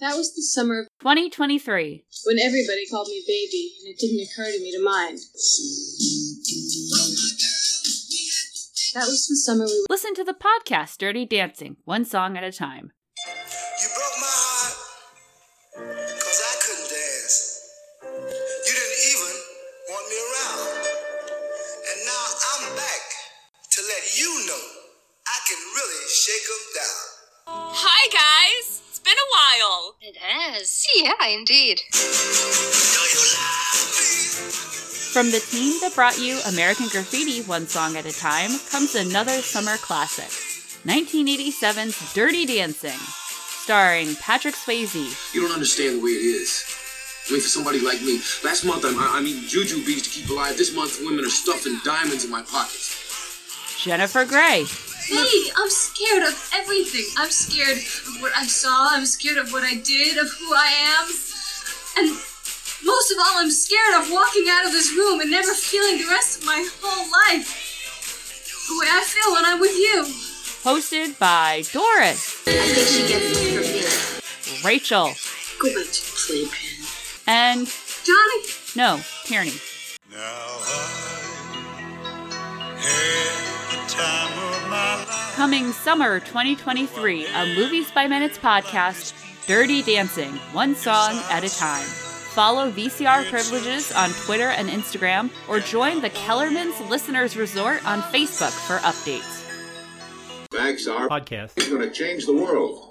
That was the summer 2023. when everybody called me baby, and it didn't occur to me to mind. That was the summer we Listen to the podcast Dirty Dancing, one song at a time. You broke my heart because I couldn't dance. You didn't even want me around. And now I'm back to let you know I can really shake 'em down. Hi, guys! It's been a while! It has. Yeah, indeed. Do you love me? From the team that brought you American Graffiti One Song at a Time comes another summer classic 1987's Dirty Dancing, starring Patrick Swayze, You don't understand the way it is. Wait for somebody like me. Last month, I'm, I, I'm eating juju bees to keep alive. This month, women are stuffing diamonds in my pockets. Jennifer Grey, Hey, I'm scared of everything. I'm scared of what I saw. I'm scared of what I did, of who I am. And most of all, I'm scared of walking out of this room and never feeling the rest of my whole life the way I feel when I'm with you. hosted by Doris, I think she gets it from me. Rachel, Go back to sleep. and Johnny, no, Tierney. Now I had the time of my life. Coming summer 2023, a Movies by Minutes podcast, Dirty Dancing, one song at a time. Follow VCR Privileges on Twitter and Instagram, or join the Kellerman's Listeners Resort on Facebook for updates. Facts are podcast. going to change the world.